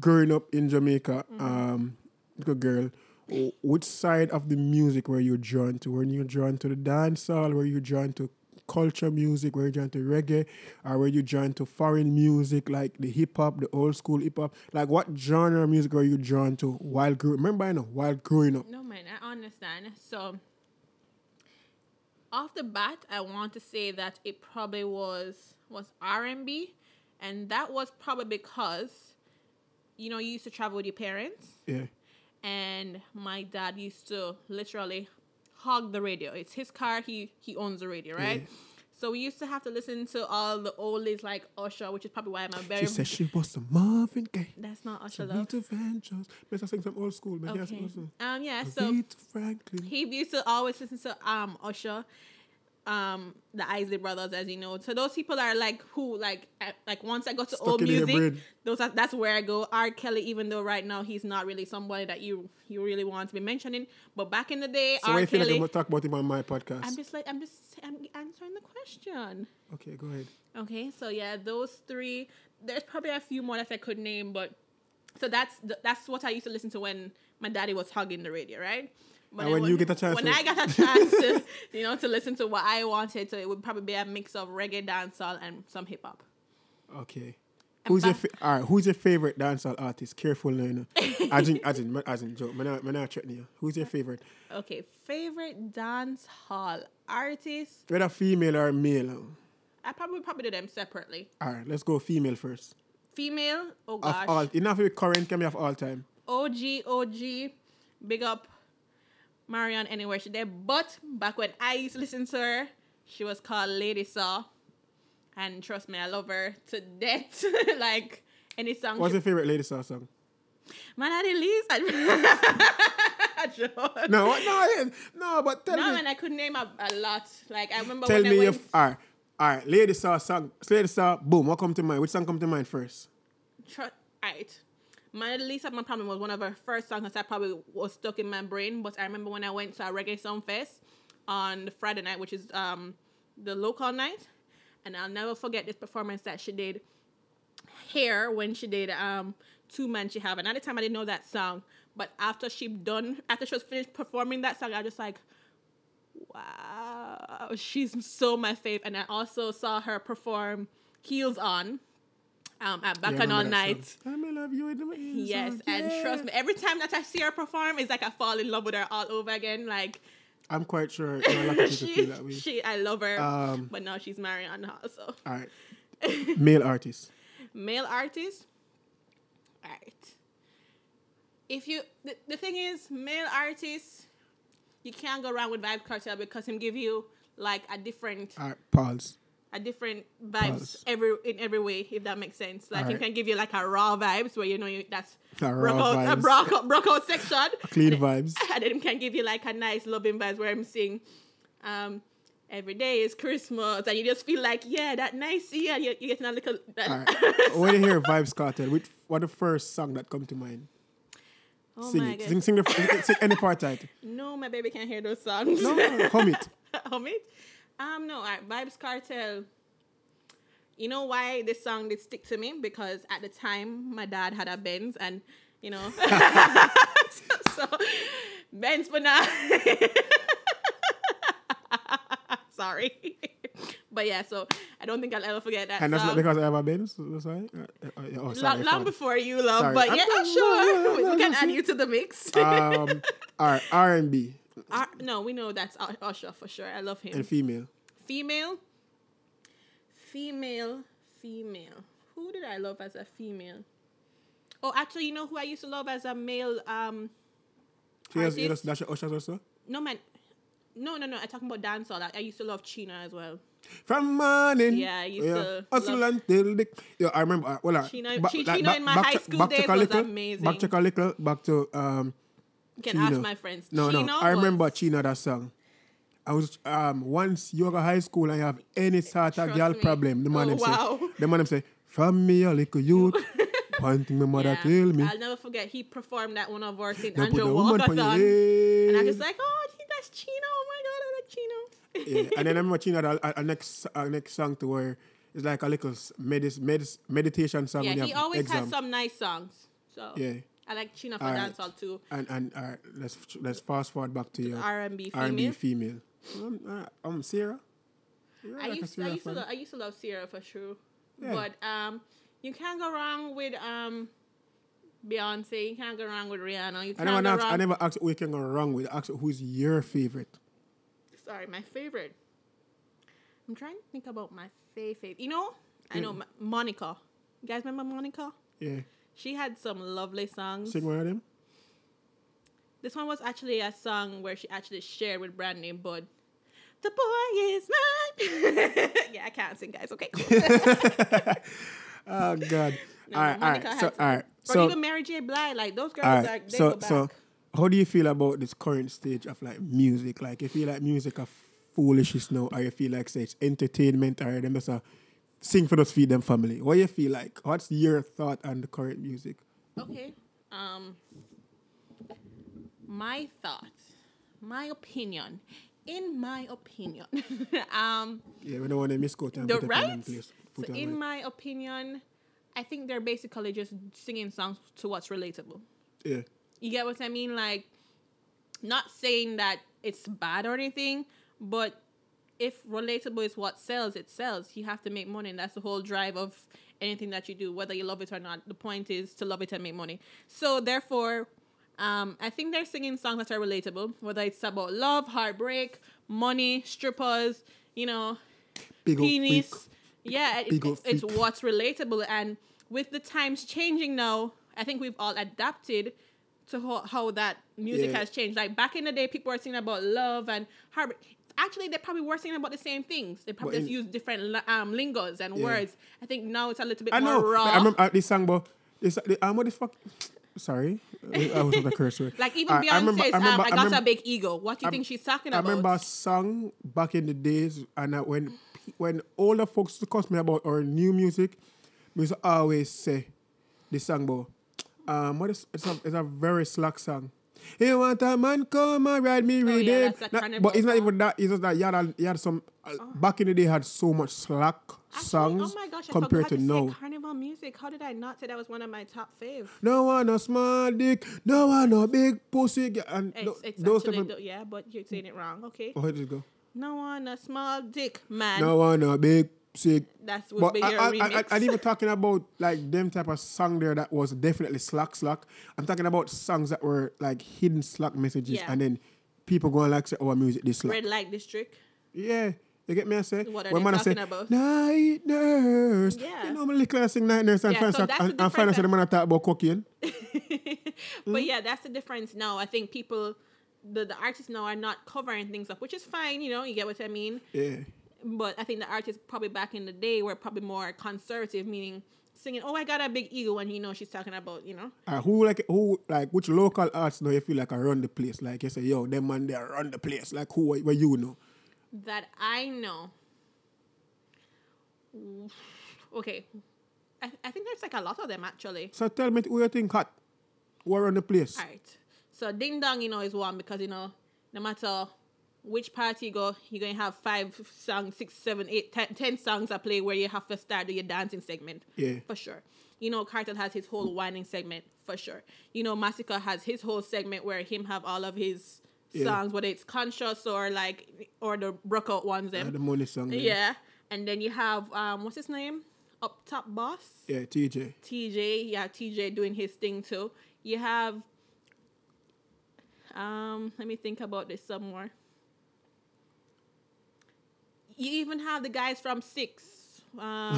S1: growing up in Jamaica,
S2: Mm-hmm.
S1: um, good girl. wh- Which side of the music were you drawn to? Were you drawn to the dancehall? Were you drawn to culture music? Were you drawn to reggae? Or were you drawn to foreign music like the hip hop, the old school hip hop? Like what genre of music were you drawn to while grow? Remember, I know while growing up.
S2: No, man, I understand. So, off the bat, I want to say that it probably was was R and B, and that was probably because, you know, you used to travel with your parents,
S1: Yeah.
S2: and my dad used to literally hog the radio. It's his car. He he owns the radio, right?
S1: Yeah.
S2: So we used to have to listen to all the oldies like Usher, which is probably why I'm a very.
S1: She said she was a Marvin Gaye.
S2: That's not Usher,
S1: To
S2: love.
S1: to Ventures. Better sing some old school. Better
S2: Okay.
S1: sing some
S2: Um. Yeah.
S1: old
S2: So.
S1: school. Aretha Franklin.
S2: he used to always listen to um Usher, um the Isley Brothers, as you know. So those people are like who like at, like once I go to
S1: Stuck
S2: old
S1: in their
S2: music,
S1: brain.
S2: those are, that's where I go. R. Kelly, even though right now he's not really somebody that you you really want to be mentioning, but back in the day,
S1: So why
S2: R.
S1: you feel like
S2: Kelly.
S1: I'm gonna talk about him on my podcast?
S2: I'm just like I'm just I'm answering the question.
S1: okay, go ahead.
S2: Okay, so yeah, those three. There's probably a few more that I could name, but so that's th- that's what I used to listen to when my daddy was hugging the radio, right? But
S1: And
S2: then
S1: when you get a chance
S2: when
S1: to-
S2: I got a chance to, you know, to listen to what I wanted, so it would probably be a mix of reggae, dancehall, and some hip hop.
S1: Okay.
S2: I'm
S1: Who's your
S2: back.
S1: fa- all right? Who's your favorite dancehall artist? Careful now, you know. as in, as in, as in, joke. Man, not- man, not threatening you. Who's
S2: Uh.
S1: your favorite?
S2: Okay, favorite dancehall artist?
S1: Whether female or male. um,
S2: I probably probably do them separately.
S1: All right, let's go female first.
S2: Female? Oh
S1: Of
S2: gosh,
S1: all, enough with current. Can be of all time.
S2: OG, OG, big up Marion anywhere she there. But back when I used to listen to her, she was called Lady Saw. And trust me, I love her to death. like any song.
S1: What's
S2: she-
S1: your favorite Lady Saw song?
S2: Man, I release. I joke.
S1: No, what? No, I- no. But tell
S2: No,
S1: me,
S2: man, I could name a, a lot. Like I remember
S1: tell
S2: when
S1: me
S2: I
S1: your.
S2: went
S1: F- all right, all right. Lady Saw song. Lady Saw. Boom. What come to mind? Which song come to mind first?
S2: tr- right. Mona Lisa, my problem was one of her first songs that probably was stuck in my brain. But I remember when I went to a reggae song fest on the Friday night, which is um, the local night, and I'll never forget this performance that she did here when she did um, Two Man She Have. And at the time, I didn't know that song, but after she done, after she was finished performing that song, I was just like, wow, she's so my fave. And I also saw her perform Heels On um, at
S1: Yeah, I
S2: Bacchanal
S1: remember that
S2: Night.
S1: song. I'm in love you with my ears
S2: Yes,
S1: on,
S2: and
S1: yeah.
S2: trust me, every time that I see her perform, it's like I fall in love with her all over again. Like
S1: I'm quite sure you know, a lot of people feel
S2: she,
S1: that way.
S2: she, I love her,
S1: Um,
S2: but now she's Marion Hall. So
S1: all right. Male artist.
S2: male artist, all right. If you the, the thing is, male artists, you can't go wrong with Vibe Cartel because him give you like a different
S1: All right. Pause.
S2: a different vibes
S1: Pause.
S2: every in every way, if that makes sense. Like
S1: Alright.
S2: it can give you like a raw vibes where you know you, that's
S1: A raw
S2: rock out, a
S1: vibes.
S2: rock out, rock out section.
S1: Clean vibes.
S2: and then can give you like a nice loving vibes where I'm seeing um every day is Christmas and you just feel like yeah that nice year and you're, you're getting a little
S1: All right. when you hear vibes cartel, which what the first song that come to mind?
S2: oh
S1: sing
S2: my
S1: it.
S2: god
S1: Sing, sing, the, sing, sing any part title.
S2: no my baby can't hear those songs
S1: No, hum it.
S2: Omid? Um, no, all right, Vibes Cartel. You know why this song did stick to me? Because at the time, my dad had a Benz, and you know, so, so Benz for now. Sorry, but yeah. So I don't think I'll ever forget that
S1: And that's
S2: song.
S1: not because I have a Benz. That's why. Uh, uh, oh,
S2: Lo-
S1: sorry,
S2: long,
S1: fine.
S2: before you, love.
S1: Sorry.
S2: But
S1: I'm
S2: yeah,
S1: not-
S2: I'm sure
S1: no, no, no,
S2: we can
S1: no,
S2: add
S1: see.
S2: you to the mix.
S1: Um, all right. R and B
S2: Ar- no, we know that's U- Usher for sure. I love him.
S1: and female.
S2: female female female who did i love as a female oh actually you know who i used to love as a male um
S1: So yes, yes,
S2: Artist.
S1: that's your ushers also.
S2: no man no no no i'm talking about dancehall i, I used to love chino as well
S1: From morning.
S2: Yeah, I used to
S1: Hustle
S2: love-
S1: until the. Yeah, I remember. Uh, well, uh,
S2: Chino-
S1: ba-
S2: Chi-
S1: like,
S2: Chino
S1: ba-
S2: in my
S1: back
S2: high
S1: to-
S2: school
S1: back to
S2: days was
S1: Calico, Back to
S2: amazing.
S1: Calico, back to um,
S2: you can
S1: Chino.
S2: ask my friends
S1: No,
S2: chino
S1: no. I
S2: was-
S1: remember Chino that song. I was um once you go high school and you have any sort of
S2: Trust
S1: girl
S2: me.
S1: problem, the man
S2: Oh,
S1: them
S2: wow.
S1: say the man them say, From me a little youth One thing my mother tell me.
S2: I'll never forget. He performed at one of our St.
S1: Now put
S2: Andrew
S1: the woman on your
S2: Walkathon.
S1: head.
S2: And I just like, oh, gee, that's Chino. Oh my God, I like Chino.
S1: yeah. And then I remember Chino had a, a, a next a next song to where it's like a little s- medis, medis, meditation song.
S2: Yeah,
S1: when you
S2: he
S1: have
S2: always
S1: exam.
S2: has some nice songs. So
S1: Yeah.
S2: I like Chino for
S1: Alright.
S2: dancehall too.
S1: And and all right, let's let's fast forward back to your
S2: R&B
S1: R&B
S2: female.
S1: female. Um, uh, um Sarah. Sarah,
S2: I
S1: like a
S2: used, I
S1: Sarah
S2: used to
S1: fan.
S2: love, I used to love Sierra for sure,
S1: Yeah.
S2: but um, you can't go wrong with um, Beyonce. You can't go wrong with Rihanna. You
S1: I never
S2: can't go
S1: asked,
S2: wrong.
S1: I never asked who you can go wrong with. I asked who's your favorite.
S2: Sorry, my favorite. I'm trying to think about my favorite. You know, I
S1: Mm.
S2: know Ma- Monica. You guys remember Monica?
S1: Yeah.
S2: She had some lovely songs.
S1: Sing one of them.
S2: This one was actually a song where she actually shared with Brandy Bud. The boy is mine. yeah, I can't sing, guys. Okay, cool.
S1: Oh God.
S2: No,
S1: all right, all
S2: Monica
S1: right.
S2: had
S1: So
S2: some.
S1: all right.
S2: or
S1: So
S2: even Mary J. Blige, like those girls,
S1: all
S2: are,
S1: right.
S2: they go
S1: So
S2: back.
S1: so how do you feel about this current stage of like music? Like if you like music of foolishness now, or you feel like say it's entertainment or them just a sing for us feed them family. What you feel like? What's your thought on the current music?
S2: Okay. Um my thoughts, my opinion, in my opinion. um
S1: Yeah, we don't want to miss go time.
S2: the
S1: put it on them
S2: right?
S1: place.
S2: So
S1: Put it on
S2: in
S1: right.
S2: my opinion, I think they're basically just singing songs to what's relatable.
S1: yeah.
S2: You get what I mean? Like, not saying that it's bad or anything, but if relatable is what sells, it sells. You have to make money, and that's the whole drive of anything that you do, whether you love it or not. The point is to love it and make money. So, therefore, um, I think they're singing songs that are relatable, whether it's about love, heartbreak, money, strippers, you know,
S1: Big old freak.
S2: penis. Yeah, it,
S1: Big old
S2: it- it's
S1: freak.
S2: what's relatable. And with the times changing now, I think we've all adapted to how, how that music
S1: Yeah.
S2: has changed. Like back in the day, people were singing about love and heartbreak. Actually, they probably were singing about the same things. They probably
S1: But
S2: just
S1: in-
S2: used different li- um, lingos and
S1: Yeah.
S2: words. I think now it's a little bit
S1: I know.
S2: more raw.
S1: I remember uh, this song, but this the, um, what the fuck? Sorry, I was on the curse word.
S2: like even
S1: All right,
S2: Beyonce's, um, I got
S1: remember-
S2: a big ego. What do you think she's talking
S1: I
S2: about?
S1: remember a song back in the days, and I, when pe- when older folks used to cuss me about our new music, we used to always say this song, but um, what is it's a, it's a very slack song. Hey, want a man come and ride me,
S2: Oh, yeah,
S1: read
S2: that's a carnival
S1: But it's not
S2: song. Oh.
S1: even that. It's just that you had, a- you had some uh, back in the day had so much slack
S2: Actually,
S1: songs
S2: oh my gosh, I
S1: compared
S2: forgot to,
S1: to now.
S2: say carnival music. How did I not say that was one of my top fave?
S1: No one a small dick, no one a big pussy, g- and
S2: It's,
S1: tho-
S2: it's
S1: those
S2: actually
S1: type of.
S2: the- yeah, but you're saying it wrong. Okay.
S1: Oh, here it go.
S2: No one a small dick man.
S1: No one a big sick.
S2: That's would
S1: But
S2: be
S1: I,
S2: your
S1: I, I, I,
S2: remix.
S1: I'm even talking about like them type of song there that was definitely slack slack. I'm talking about songs that were like hidden slack messages,
S2: Yeah.
S1: and then people going like say, "Oh, our music this slack."
S2: Red light district.
S1: Yeah. You get me? I say,
S2: What are
S1: when
S2: they
S1: man I say,
S2: talking about?
S1: night nurse.
S2: Yeah.
S1: You know, I'm class sing night nurse and
S2: Yeah,
S1: find
S2: so
S1: so
S2: that's the
S1: and, and find out
S2: difference
S1: say the man I talk about cocaine. Hmm?
S2: But yeah, that's the difference now. I think people the, the artists now are not covering things up, which is fine, you know, you get what I mean.
S1: Yeah.
S2: But I think the artists probably back in the day were probably more conservative, meaning singing, Oh, I got a big ego and you know she's talking about, you know.
S1: Uh, who like who like which local arts now you feel like I run the place? Like you say, yo, them man they run the place. Like who where you know?
S2: that I know. Okay. I, I think there's like a lot of them actually.
S1: So tell me who you think hot. Who run the place?
S2: All right. So Ding Dong, you know, is one because, you know, no matter which party you go, you're going to have five songs, six, seven, eight, ten, ten songs that play where you have to start your dancing segment.
S1: Yeah.
S2: For sure. You know, Cartel has his whole whining segment, for sure. You know, Massacre has his whole segment where him have all of his
S1: Yeah.
S2: songs, whether it's conscious or like, or the breakout ones.
S1: Uh,
S2: Them.
S1: the money song. man.
S2: Yeah. And then you have um what's his name? Up top boss.
S1: Yeah, TJ.
S2: TJ. Yeah, TJ doing his thing too. You have um let me think about this some more. You even have the guys from Six. Um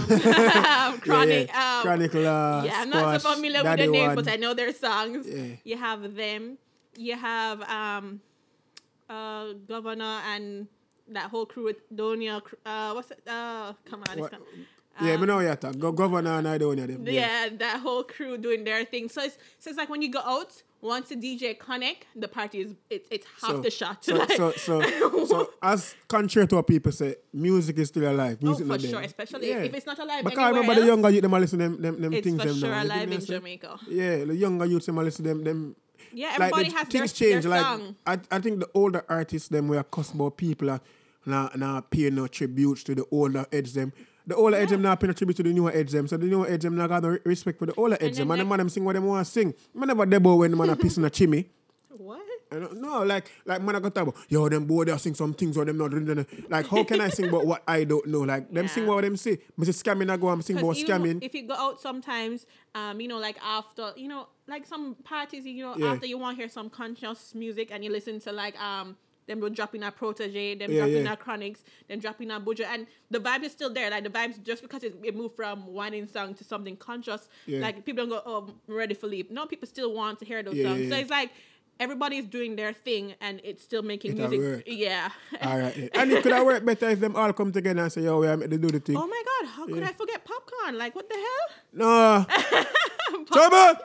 S2: Chronic
S1: yeah, yeah.
S2: um,
S1: Chronic Law,
S2: yeah, I'm not so
S1: Squash,
S2: familiar with
S1: Daddy
S2: their names,
S1: One.
S2: but I know their songs.
S1: Yeah.
S2: You have them. You have um, uh, Governor and that whole crew with Donia. cr- Uh, what's it? Uh, come on,
S1: What-
S2: it's not-
S1: yeah, but now you talk. Go governor and I don't know them.
S2: Ah. yeah, that whole crew doing their thing. So it's so it's like when you go out, once the DJ connect, the party is it's it's half the shot.
S1: So,
S2: like,
S1: so, so, so, as contrary to what people say, music is still alive. Music
S2: Oh, for
S1: not dead.
S2: sure, especially if it's not alive
S1: Because I
S2: anywhere
S1: remember the
S2: else,
S1: younger youth them a listen them them, them
S2: it's
S1: things
S2: for
S1: them
S2: sure
S1: now. You get
S2: alive
S1: me,
S2: in
S1: I say?
S2: Jamaica.
S1: Yeah, the younger youth them a listen them them.
S2: Yeah,
S1: like, the
S2: everybody has their,
S1: things
S2: their
S1: change. like
S2: song.
S1: I, I think the older artists them were cuss about people are now now paying no tributes to the older heads them. The older heads them now paying no tribute to the newer heads them. So the newer heads them now got no re- respect for the older heads
S2: then
S1: them. And the
S2: like-
S1: man them sing what them want to sing. Man never debo when the man a pissing a chimney.
S2: What?
S1: I don't know, like, like man, I got about yo, them boy, they sing some things or them not doing them. Like, how can I sing about what I don't know? Like, them sing
S2: Yeah.
S1: what them say. Mrs. Scamming, I go and sing about
S2: Because even
S1: scamming.
S2: if you go out sometimes, um, you know, like after, you know, like some parties, you know,
S1: Yeah.
S2: after you want to hear some conscious music and you listen to like um them dropping a protege, them
S1: Yeah,
S2: dropping
S1: yeah.
S2: a chronics, them dropping a buja, and the vibe is still there. Like the vibes, just because it, it moved from whining song to something conscious,
S1: Yeah.
S2: like people don't go, "Oh, I'm ready for leap." No, people still want to hear those
S1: Yeah, yeah,
S2: songs. So
S1: yeah.
S2: it's like everybody's doing their thing, and it's still making
S1: It a
S2: music.
S1: work.
S2: Yeah.
S1: All right, yeah. and it could have worked better if them all come together and say, yo, we are they do the thing.
S2: oh my god, how could I forget popcorn? Like what the hell?
S1: no, trouble.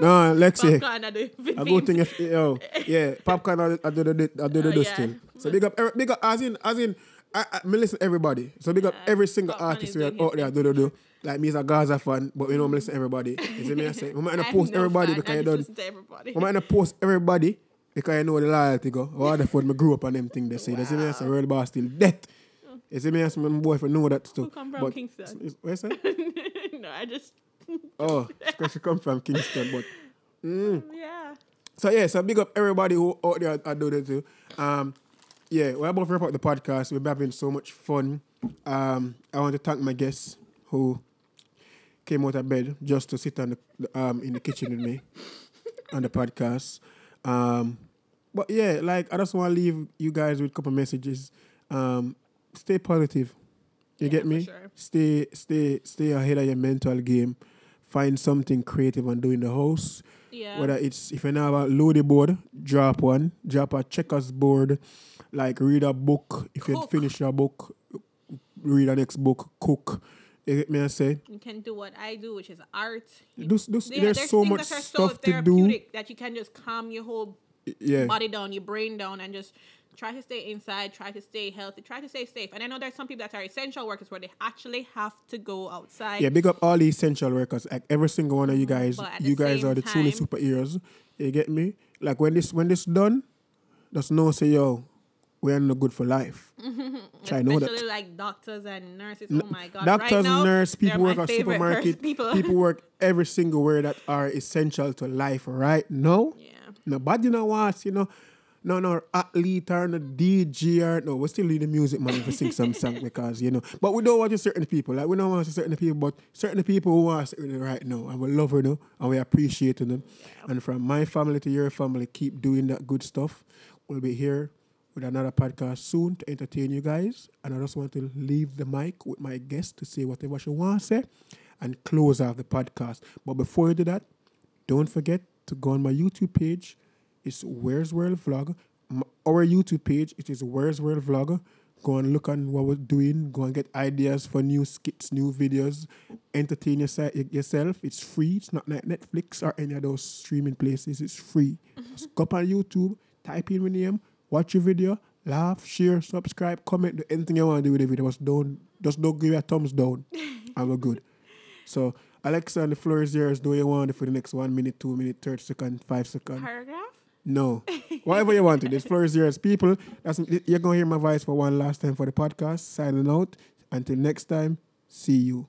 S1: No, let's see.
S2: popcorn at the
S1: A
S2: Philippines.
S1: good thing if yo, yeah, popcorn. I, I do the I do the
S2: Oh,
S1: this
S2: yeah.
S1: thing. So big up, every- big up as in as in. I, I me listen to everybody. So big up every single
S2: Popcorn
S1: artist
S2: is
S1: we are
S2: doing
S1: out
S2: his
S1: there. Do do do. Like me is a Gaza fan, but we don't listen to everybody. You see me? I say we might
S2: I
S1: not
S2: have
S1: post
S2: no
S1: everybody
S2: fan. I
S1: because you
S2: just
S1: don't
S2: listen to everybody.
S1: I might not post everybody because I know the loyalty go. Or the food, I grew up on them thing they say. That's me, I say, real boss still death. You see me, I say, my boyfriend know that too.
S2: Who come from
S1: But-
S2: Kingston?
S1: Is- Where you say?
S2: no, I just
S1: Oh, because she come from Kingston. But Hmm.
S2: um, yeah.
S1: so yeah, so big up everybody who out there I do that too. Um, yeah, we're about to wrap up the podcast. We've been having so much fun. Um, I want to thank my guests who came out of bed just to sit on the um in the kitchen with me on the podcast. Um, but yeah, like I just want to leave you guys with a couple messages. Um, stay positive. You
S2: Yeah,
S1: get
S2: for
S1: me?
S2: sure.
S1: Stay, stay, stay ahead of your mental game. Find something creative and do in the house.
S2: Yeah.
S1: Whether it's if you have a loaded board, drop one, drop a checkers board, like read a book. If you
S2: Cook.
S1: finish a book, read the next book, cook. You get me? I say,
S2: You can do what I do, which is art. You-
S1: this, this,
S2: Yeah,
S1: there's, so
S2: things
S1: much
S2: that are
S1: stuff to do.
S2: therapeutic that you can just calm your whole
S1: Yeah,
S2: body down, your brain down, and just try to stay inside, try to stay healthy, try to stay safe. And I know there's some people that are essential workers where they actually have to go outside.
S1: yeah. Big up all the essential workers. Like every single one of you guys,
S2: Mm, But at the
S1: you guys
S2: same
S1: are the truly
S2: time-
S1: superheroes. You get me? Like when this when this done, just know say yo, we are not good for life. Try know that.
S2: Especially like doctors and nurses. Oh my god!
S1: Doctors,
S2: right now,
S1: nurse,
S2: they're
S1: people
S2: my
S1: work at
S2: favorite pers-
S1: supermarket.
S2: People.
S1: work every single word that are essential to life, right? No,
S2: yeah.
S1: nobody know what you know. No, no, athlete or no DJ or no. We still need the music man to sing some song because you know. But we don't want to certain people. Like we don't want to certain people, but certain people who are certain right now, and we love you know, and we appreciate them. And from my family to your family, keep doing that good stuff. We'll be here with another podcast soon to entertain you guys. And I just want to leave the mic with my guest to say whatever she wants to say and close out the podcast. But before you do that, don't forget to go on my YouTube page. It's Where's World Vlog. M- Our YouTube page, it is Where's World Vlog. Go and look on what we're doing. Go and get ideas for new skits, new videos. Entertain yourself. yourself. It's free. It's not like Netflix or any of those streaming places. It's free. Just go up on YouTube, type in my name, watch your video, laugh, share, subscribe, comment, do anything you want to do with the video. Just don't, just don't give your thumbs down, and we're good. So, Alexa, the floor is yours. Do you want it for the next one minute, two minute, 30 second, five second?
S2: Paragraph.
S1: No. Whatever you want to. This floor is yours. People, that's, you're going to hear my voice for one last time for the podcast. Signing out. Until next time, see you.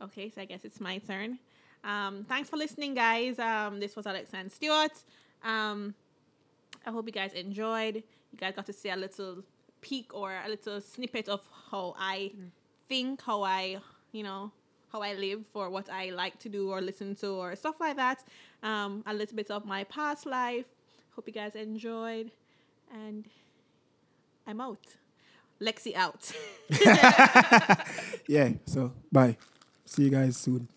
S2: Okay, so I guess it's my turn. Um, thanks for listening, guys. Um, this was Alex and Stewart. Um, I hope you guys enjoyed. You guys got to see a little peek or a little snippet of how I think, how I, you know, how I live or what I like to do or listen to or stuff like that. Um, a little bit of my past life. Hope you guys enjoyed. And I'm out. Lexi out.
S1: Yeah. So, bye. See you guys soon.